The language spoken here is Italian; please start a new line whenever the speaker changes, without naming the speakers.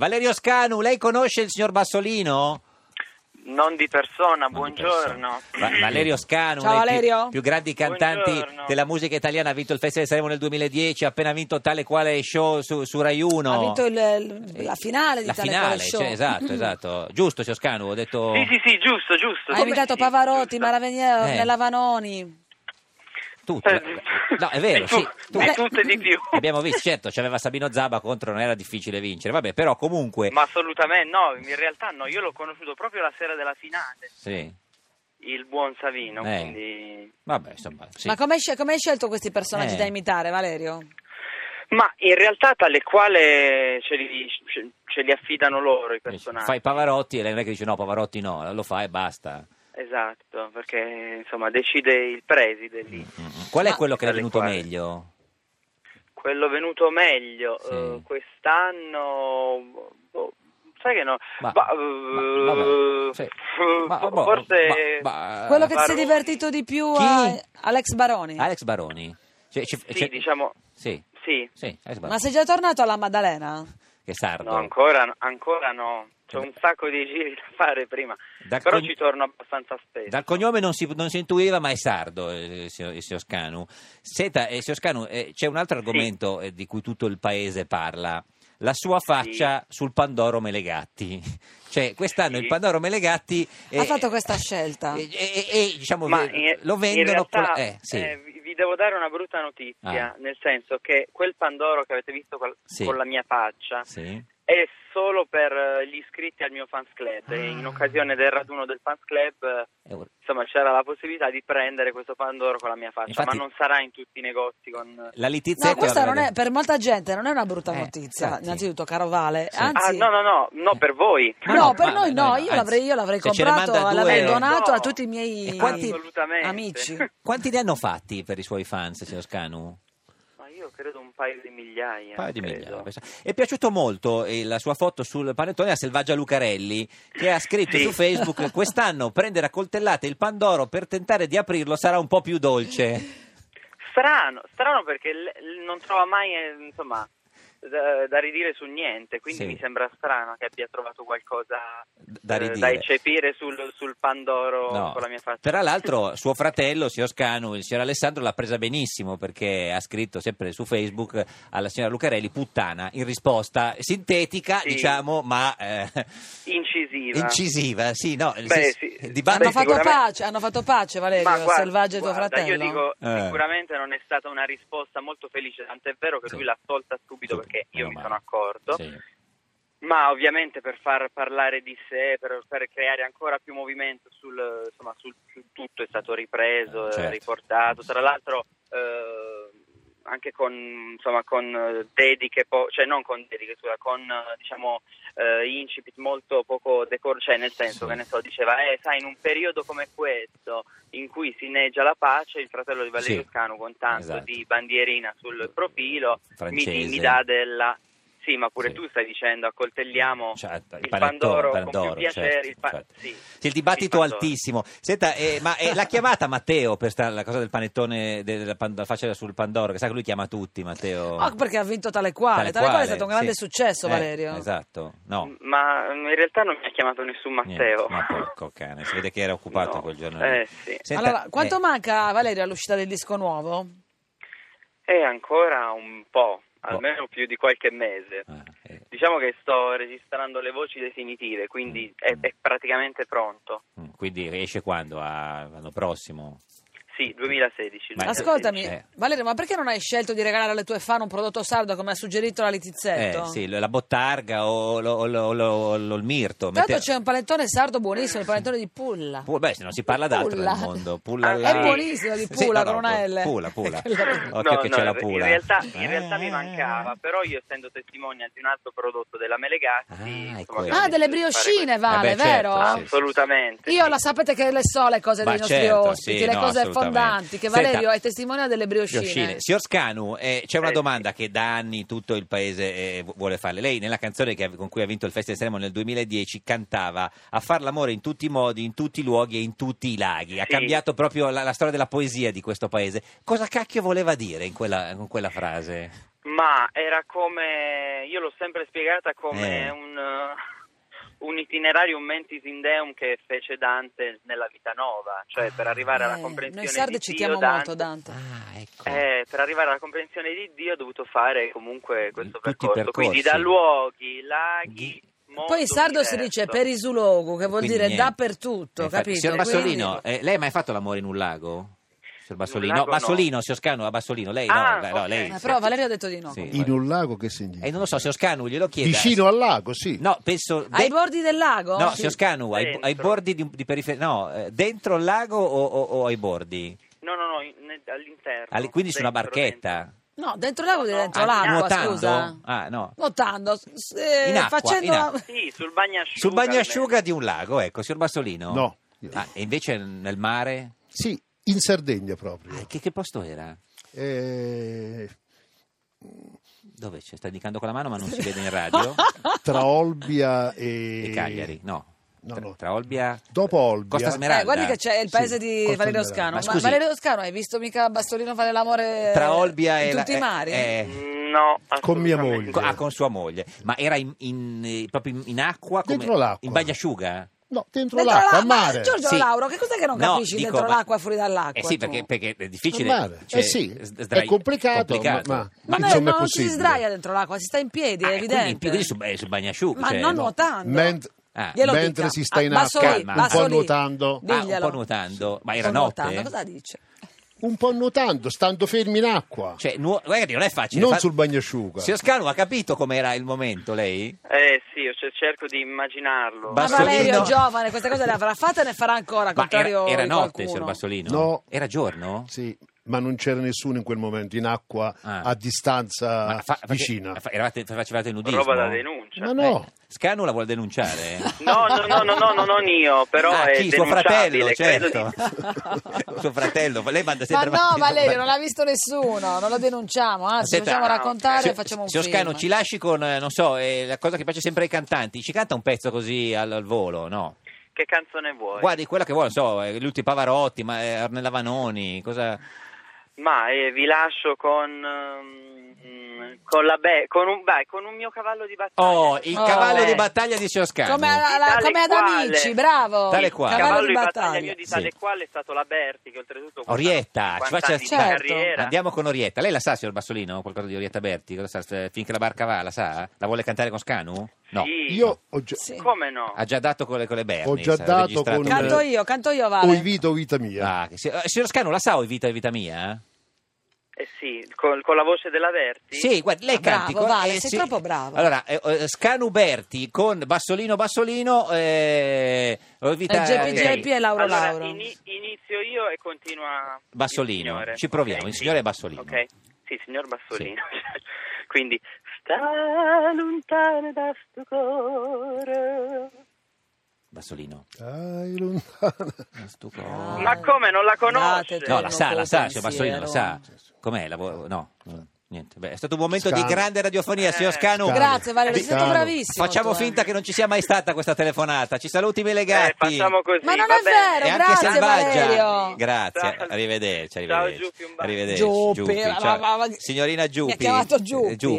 Valerio Scanu, lei conosce il signor Bassolino?
Non di persona,
di
buongiorno.
Va- Valerio Scanu,
Ciao,
uno dei
Valerio.
più, più grandi cantanti
Buongiorno.
della musica italiana, ha vinto il Festival di Sanremo nel 2010, ha appena vinto tale quale show su, su Rai 1.
Ha vinto il- il- la finale di
Eh, La
tale
finale,
quale show. Mm-hmm.
cioè, esatto, esatto. Giusto, signor Scanu, ho detto...
Sì, sì, sì, giusto, giusto.
Ha
Come-
invitato
sì,
Pavarotti,
giusto.
Maravenier,
Eh.
Lavanoni.
Tutto.
Eh,
No, è vero,
di tu-
sì. tu-
Di tutte e di più.
Abbiamo visto, certo, c'aveva Sabino Zaba contro, non era difficile vincere. Vabbè, però comunque...
Ma assolutamente no, in realtà no, io l'ho conosciuto proprio la sera della finale,
Sì,
il buon Savino,
Eh.
quindi...
vabbè, insomma, sì.
Ma come hai, scel- come hai scelto questi personaggi
Eh.
da imitare, Valerio?
Eh, Ma in realtà tale quale ce li, ce- ce li affidano loro i personaggi.
Fai Pavarotti e lei non è che dice no, Pavarotti no, lo fa e basta.
Esatto, perché insomma decide il preside lì.
Qual è
Ma-
quello che le è
Dalle
venuto
quali.
meglio?
Quello venuto meglio
Sì.
eh, quest'anno, boh, sai che no?
Ma-
Bah,
ma- vabbè,
eh,
sì.
eh,
Ma-
fo-
boh,
forse
ma- eh, ma-
Quello che ti sei
Baroni.
divertito di più
Chi?
a Alex Baroni.
Alex Baroni. Cioè, ci-
sì,
cioè-
diciamo
Sì,
sì,
sì, Alex Baroni.
Ma sei già tornato alla Maddalena?
Che sardo.
no, ancora, no- ancora no. C'è
Eh.
un sacco di giri da fare prima,
Dal
però
cogn-
ci torno abbastanza spesso.
Dal cognome non si, non si intuiva, ma è sardo eh, il signor il signor Scanu. Senta, eh, signor Scanu, eh, c'è un altro argomento eh, di cui tutto il paese parla. La sua faccia sul Pandoro Melegatti. Cioè, quest'anno
Sì.
il Pandoro Melegatti... eh,
Ha fatto questa scelta.
E, e- e- e, diciamo,
Ma
ve-
in-
lo
in
vendono...
realtà,
con la- eh, sì.
eh, vi- vi devo dare una brutta notizia,
Ah.
nel senso che quel Pandoro che avete visto col-
Sì.
con la mia faccia
Sì.
è solo per eh, gli iscritti al mio fans club. E
Ah.
In occasione del raduno del fans club, eh,
È un-
insomma, c'era la possibilità di prendere questo Pandoro con la mia faccia,
Infatti-
ma non sarà in tutti i negozi con...
La litizia
No, questa non è, per molta gente non è una brutta
Eh,
notizia,
infatti.
innanzitutto, caro Vale.
Sì.
Ah,
Anzi,
no, no, no,
Eh.
no, per voi.
no, per noi no, io
anzi,
l'avrei, io l'avrei
se ce ne
comprato,
manda due-
l'avrei
Eh,
donato
no.
a tutti i miei
E quanti-
Assolutamente.
amici.
Quanti ne hanno fatti per i suoi fans, signor Scanu?
Ma io credo un paio di migliaia.
Un paio di
credo.
migliaia. pensa. È piaciuto molto eh, la sua foto sul panettone a Selvaggia Lucarelli, che ha scritto
Sì.
su Facebook: Quest'anno prendere a coltellate il Pandoro per tentare di aprirlo sarà un po' più dolce.
Strano, strano perché l- non trova mai, eh, insomma, da, da ridire su niente, quindi
Sì.
mi sembra strano che abbia trovato qualcosa
Da
eh,
ridire.
da eccepire sul, sul Pandoro
No.
con la mia faccia.
Tra l'altro, suo fratello, signor Scanu, il signor Alessandro, l'ha presa benissimo perché ha scritto sempre su Facebook alla signora Lucarelli: puttana, in risposta sintetica,
Sì.
diciamo, ma eh,
Incisiva.
incisiva. Sì, no, nel
Beh,
senso-
sì.
di
Hanno
Beh,
fatto
sicuramente-
pace, hanno fatto pace, Valerio,
guarda-
Selvaggio e tuo
guarda,
fratello.
Io dico,
Eh.
sicuramente non è stata una risposta molto felice, tant'è vero che
Sì.
lui l'ha tolta subito
Sì,
perché io
meno
mi
male.
sono accorto.
Sì.
Ma ovviamente per far parlare di sé, per, per creare ancora più movimento sul, insomma, sul, su tutto è stato ripreso,
Eh,
eh,
certo.
riportato, tra l'altro eh, anche con, insomma, con eh, dediche, po- cioè non con dediche, scusa, con eh, diciamo eh, incipit molto poco decor, cioè nel senso
Sì.
che ne so, diceva, eh sai in un periodo come questo in cui si inneggia la pace, il fratello di Valerio
Sì.
Scanu con tanto
Esatto.
di bandierina sul profilo mi,
Francese.
di- mi dà della... Sì, ma pure
Sì.
tu stai dicendo accoltelliamo
Cioè,
il
panettone,
Pandoro, con
Pandoro,
più piacere.
certo,
il pa-
certo.
sì,
Sì, il dibattito
il Pandoro.
altissimo. Senta, eh, ma eh, l'ha chiamata Matteo per sta- la cosa del panettone de- della, pan- della faccia sul Pandoro, che sa che lui chiama tutti Matteo.
Ah, perché ha vinto tale quale. Tale, quale, è stato un grande
sì.
successo,
Eh,
Valerio.
Esatto, no.
Ma in realtà non mi ha chiamato nessun
niente,
Mm, Matteo.
ma porco cane, si vede che era occupato
No,
quel giorno. lì.
Eh sì.
Senta,
allora, quanto
eh,
manca Valerio all'uscita del disco nuovo?
E ancora un po', almeno più di qualche mese.
ah, eh,
Diciamo che sto registrando le voci definitive, quindi è, è praticamente pronto.
mm, Quindi riesce quando? A- L'anno prossimo?
Sì, 2016.
Ma-
2016.
Ascoltami,
Eh.
Valerio, ma perché non hai scelto di regalare alle tue fan un prodotto sardo come ha suggerito la Litizzetto?
Eh, sì, la bottarga o, lo- o lo- o lo- o lo- il mirto.
Tanto
Mette-
c'è un panettone sardo buonissimo, il panettone di Pulla.
Pu- Beh, se non si parla d'altro
Pulla.
nel mondo. Pulla
Ah,
alla-
è
buonissimo di
Sì,
Pula,
no, no,
con una L.
Pula, Pula.
Quella-
Occhio
No,
che
no,
c'è la
in re-
Pula.
In realtà, in realtà
Ah.
mi mancava, però io essendo testimonial di un altro prodotto della Melegatti...
Ah, è
insomma,
quello.
abbiamo
Ah, delle
deciso di fare
brioscine, Vale,
Eh beh, certo,
vero?
sì,
Assolutamente.
Io la sapete che le so le cose
Ma
dei nostri
certo, sì,
ospiti, le
no,
cose
assolutamente.
fondanti, che
Senta,
Valerio è testimone delle brioscine.
Gioscine. Signor Scanu, eh, c'è una
Eh,
domanda che da anni tutto il paese eh, vu- vuole farle. Lei nella canzone che- con cui ha vinto il Festival di Sanremo nel 2010 cantava a far l'amore in tutti i modi, in tutti i luoghi e in tutti i laghi. Ha
Sì.
cambiato proprio la, la storia della poesia di questo paese. Cosa cacchio voleva dire in quella- con quella frase?
Ma era come, io l'ho sempre spiegata come
Eh.
un, eh, un itinerario, un mentis in deum che fece Dante nella vita nova, cioè per arrivare alla
Eh,
comprensione
Noi sardi
di
citiamo
Dio, Dante,
molto Dante.
Ah, ecco.
eh, per arrivare alla comprensione di Dio ho dovuto fare comunque questo
Tutti i
percorso, quindi
percorsi.
da luoghi, laghi,
Ghi-
mondo,
Poi in sardo si
universo.
dice perisulogo, che vuol
Quindi
dire
niente. Eh,
dappertutto,
Infatti,
capito?
Signor Bassolino,
Quindi-
eh, lei ha mai fatto l'amore in un lago? Signor Bassolino,
In un lago
no, Bassolino,
no.
signor Scanu, a Bassolino, lei
Ah,
no, beh, no,
ok.
lei...
Eh, però Valerio ha detto di no.
Sì.
comunque.
guarda.
In un lago che significa?
Eh, non lo so, signor Scanu, glielo chiedo.
Vicino al lago, sì.
No, penso...
Ai
de-
bordi del lago?
No,
Sì.
signor Scanu, ai,
Dentro.
ai bordi di, di periferia... No, eh, dentro il lago o, o- o ai bordi?
No, no, no, in- all'interno.
Alle- quindi su una
dentro,
barchetta?
No, dentro il lago, vuol dire dentro
Ah,
l'acqua,
nuotando?
scusa.
Ah, no.
Nuotando, s- eh,
In acqua,
facendo Eh,
in acqua.
la-
dentro. Sì, sul bagnasciuga.
Sul bagnasciuga di un lago, ecco, signor Bassolino.
No.
Ah, e invece nel mare?
Sì, in Sardegna
Ah,
proprio.
che, che posto era?
Eh,
Dove c'è? Sta indicando con la mano ma non si vede in radio?
tra Olbia e...
E Cagliari, no.
No,
Tra-
no.
Tra Olbia...
Dopo Olbia.
Costa Smeralda.
Eh, guardi che c'è il paese
Sì,
di
Costa
Valerio
Smeralda.
Scano.
Ma
Ma,
scusi-
Valerio Scano, hai visto mica Bastolino fare l'amore
tra Olbia
eh, in
e la-
tutti
eh,
i mari?
eh,
No,
Con mia
assolutamente.
moglie.
co- ah, con sua moglie. Ma era in, in, eh, proprio in- in acqua? Come,
Dentro l'acqua.
In bagnasciuga?
No, dentro,
Dentro
l'acqua, a
l'acqua,
mare.
Giorgio Lauro, che cos'è che non
No,
capisci
dico,
dentro
ma-
l'acqua e fuori dall'acqua?
Eh sì,
tu?
perché, perché è difficile.
Al mare.
cioè,
Eh sì,
s-
è
sdrai-
complicato, ma- ma-
Ma
Ma
no,
insomma è
non ci si
possibile.
sdraia dentro l'acqua, si sta in piedi, è
Ah,
evidente.
quindi, quindi su, eh, su bagnasciuga.
Ma
cioè,
non
no.
nuotando.
Ment-
Ah.
Glielo
mentre
dica.
si sta in
Ah, basso
acqua,
lì,
Calma.
un
basso
po'
lì.
nuotando,
Ah, un
Diglielo.
po' nuotando. Ma era
Sto nuotando,
notte? eh.
Cosa dice?
un po' nuotando, stando fermi in acqua,
Cioè, nuo- guardi, non è facile.
non
Fa-
sul bagnasciuga.
Signor Scanu ha capito com'era il momento, lei?
Eh sì, io ce- cerco di immaginarlo.
Ma
Bassolino.
Valerio è giovane, queste cose le avrà fatte e ne farà ancora,
Ma
contrario
era, era
di
notte, signor
qualcuno.
Bassolino?
No.
Era giorno?
Sì, ma non c'era nessuno in quel momento in acqua
Ah.
a distanza
Ma fa- perché-
vicina.
fa- eravate, facevate il nudismo?
Roba da denuncia.
Ma no,
Eh, Scanu la vuole denunciare?
No, no, no, no, no, no, non io, però
Ah,
è
chi? Suo fratello,
denunciabile, credo
certo. Suo fratello, lei manda
Ma
sempre
no,
avanti-
Valerio, non l'ha visto nessuno, non lo denunciamo, anzi,
Senta,
facciamo
no.
raccontare e
Signor-
facciamo un
ah, signor
film.
Scanu, ci lasci con, eh, non so, eh, la cosa che piace sempre ai cantanti. Ci canta un pezzo così al, al volo, no?
Che canzone vuoi?
Guardi, quella che vuole, non so, eh, gli ultimi Pavarotti, ma eh, Ornella Vanoni, cosa...
Ma eh, vi lascio con ehm, con la be- con un vai, con un mio cavallo di battaglia.
Oh, il
Oh,
cavallo
eh.
di battaglia di signor Scanu.
Come, alla- alla-
Di tale
come ad
quale.
amici, bravo.
Tale
il
quale.
cavallo
di battaglia.
mio di
Sì.
tale quale è stato la Berti che oltretutto
Orietta, ci
40
faccia
anni di
Certo.
carriera.
Andiamo con Orietta. Lei la sa, signor Bassolino, qualcosa di Orietta Berti? Cosa sa? S- Finché la barca va, la sa? La vuole cantare con Scanu? No.
Sì.
io ho già,
Sì.
Come no?
Ha già dato con le, con le Berni.
Ho già
sa,
dato
registrato
con-
le-
Canto io, canto io,
ho
Vale.
in vita o vita mia.
Ah, che si- eh, signor Scanu, la sa o Vita e Vita Mia?
Eh sì, col- con la voce della Berti.
Sì, guarda, lei
Ah,
canti.
bravo,
con- eh,
Vale, sei troppo bravo.
Allora, eh, eh, Scanu Berti con Bassolino Bassolino eh, o Vita
Eh, Geppi
eh,
Geppi e Lauro
allora,
Lauro.
ini- inizio io e continua il
Bassolino.
signore.
Ci proviamo,
Ok,
il
sì.
signore è Bassolino.
Ok. Sì, signor Bassolino. Quindi sta lontano da sto cuore.
Bassolino.
Dai, lontana.
Stu-
Ah.
Ma come non la conosce?
Date,
No, la sa, la sa, signor
pensiero.
Bassolino, la sa. Com'è? La vo- no, niente. Beh, è stato un momento
Scanu.
di grande radiofonia,
Eh.
signor Scanu.
Scanu.
Grazie, Valerio, sei stato
Scanu.
bravissimo.
Facciamo
tu, eh.
finta che non ci sia mai stata questa telefonata. Ci saluti me
Eh,
legati.
facciamo così.
Ma non
va
è vero,
E
bene.
anche
Grazie,
selvaggia.
Valerio.
Grazie,
Ciao.
arrivederci,
Ciao,
arrivederci.
Giuppi, un bacio.
Arrivederci,
Giuppi,
Giuppi,
va-
ciao.
va- va-
Signorina Giuppi.
chiamato
eh,
Giuppi.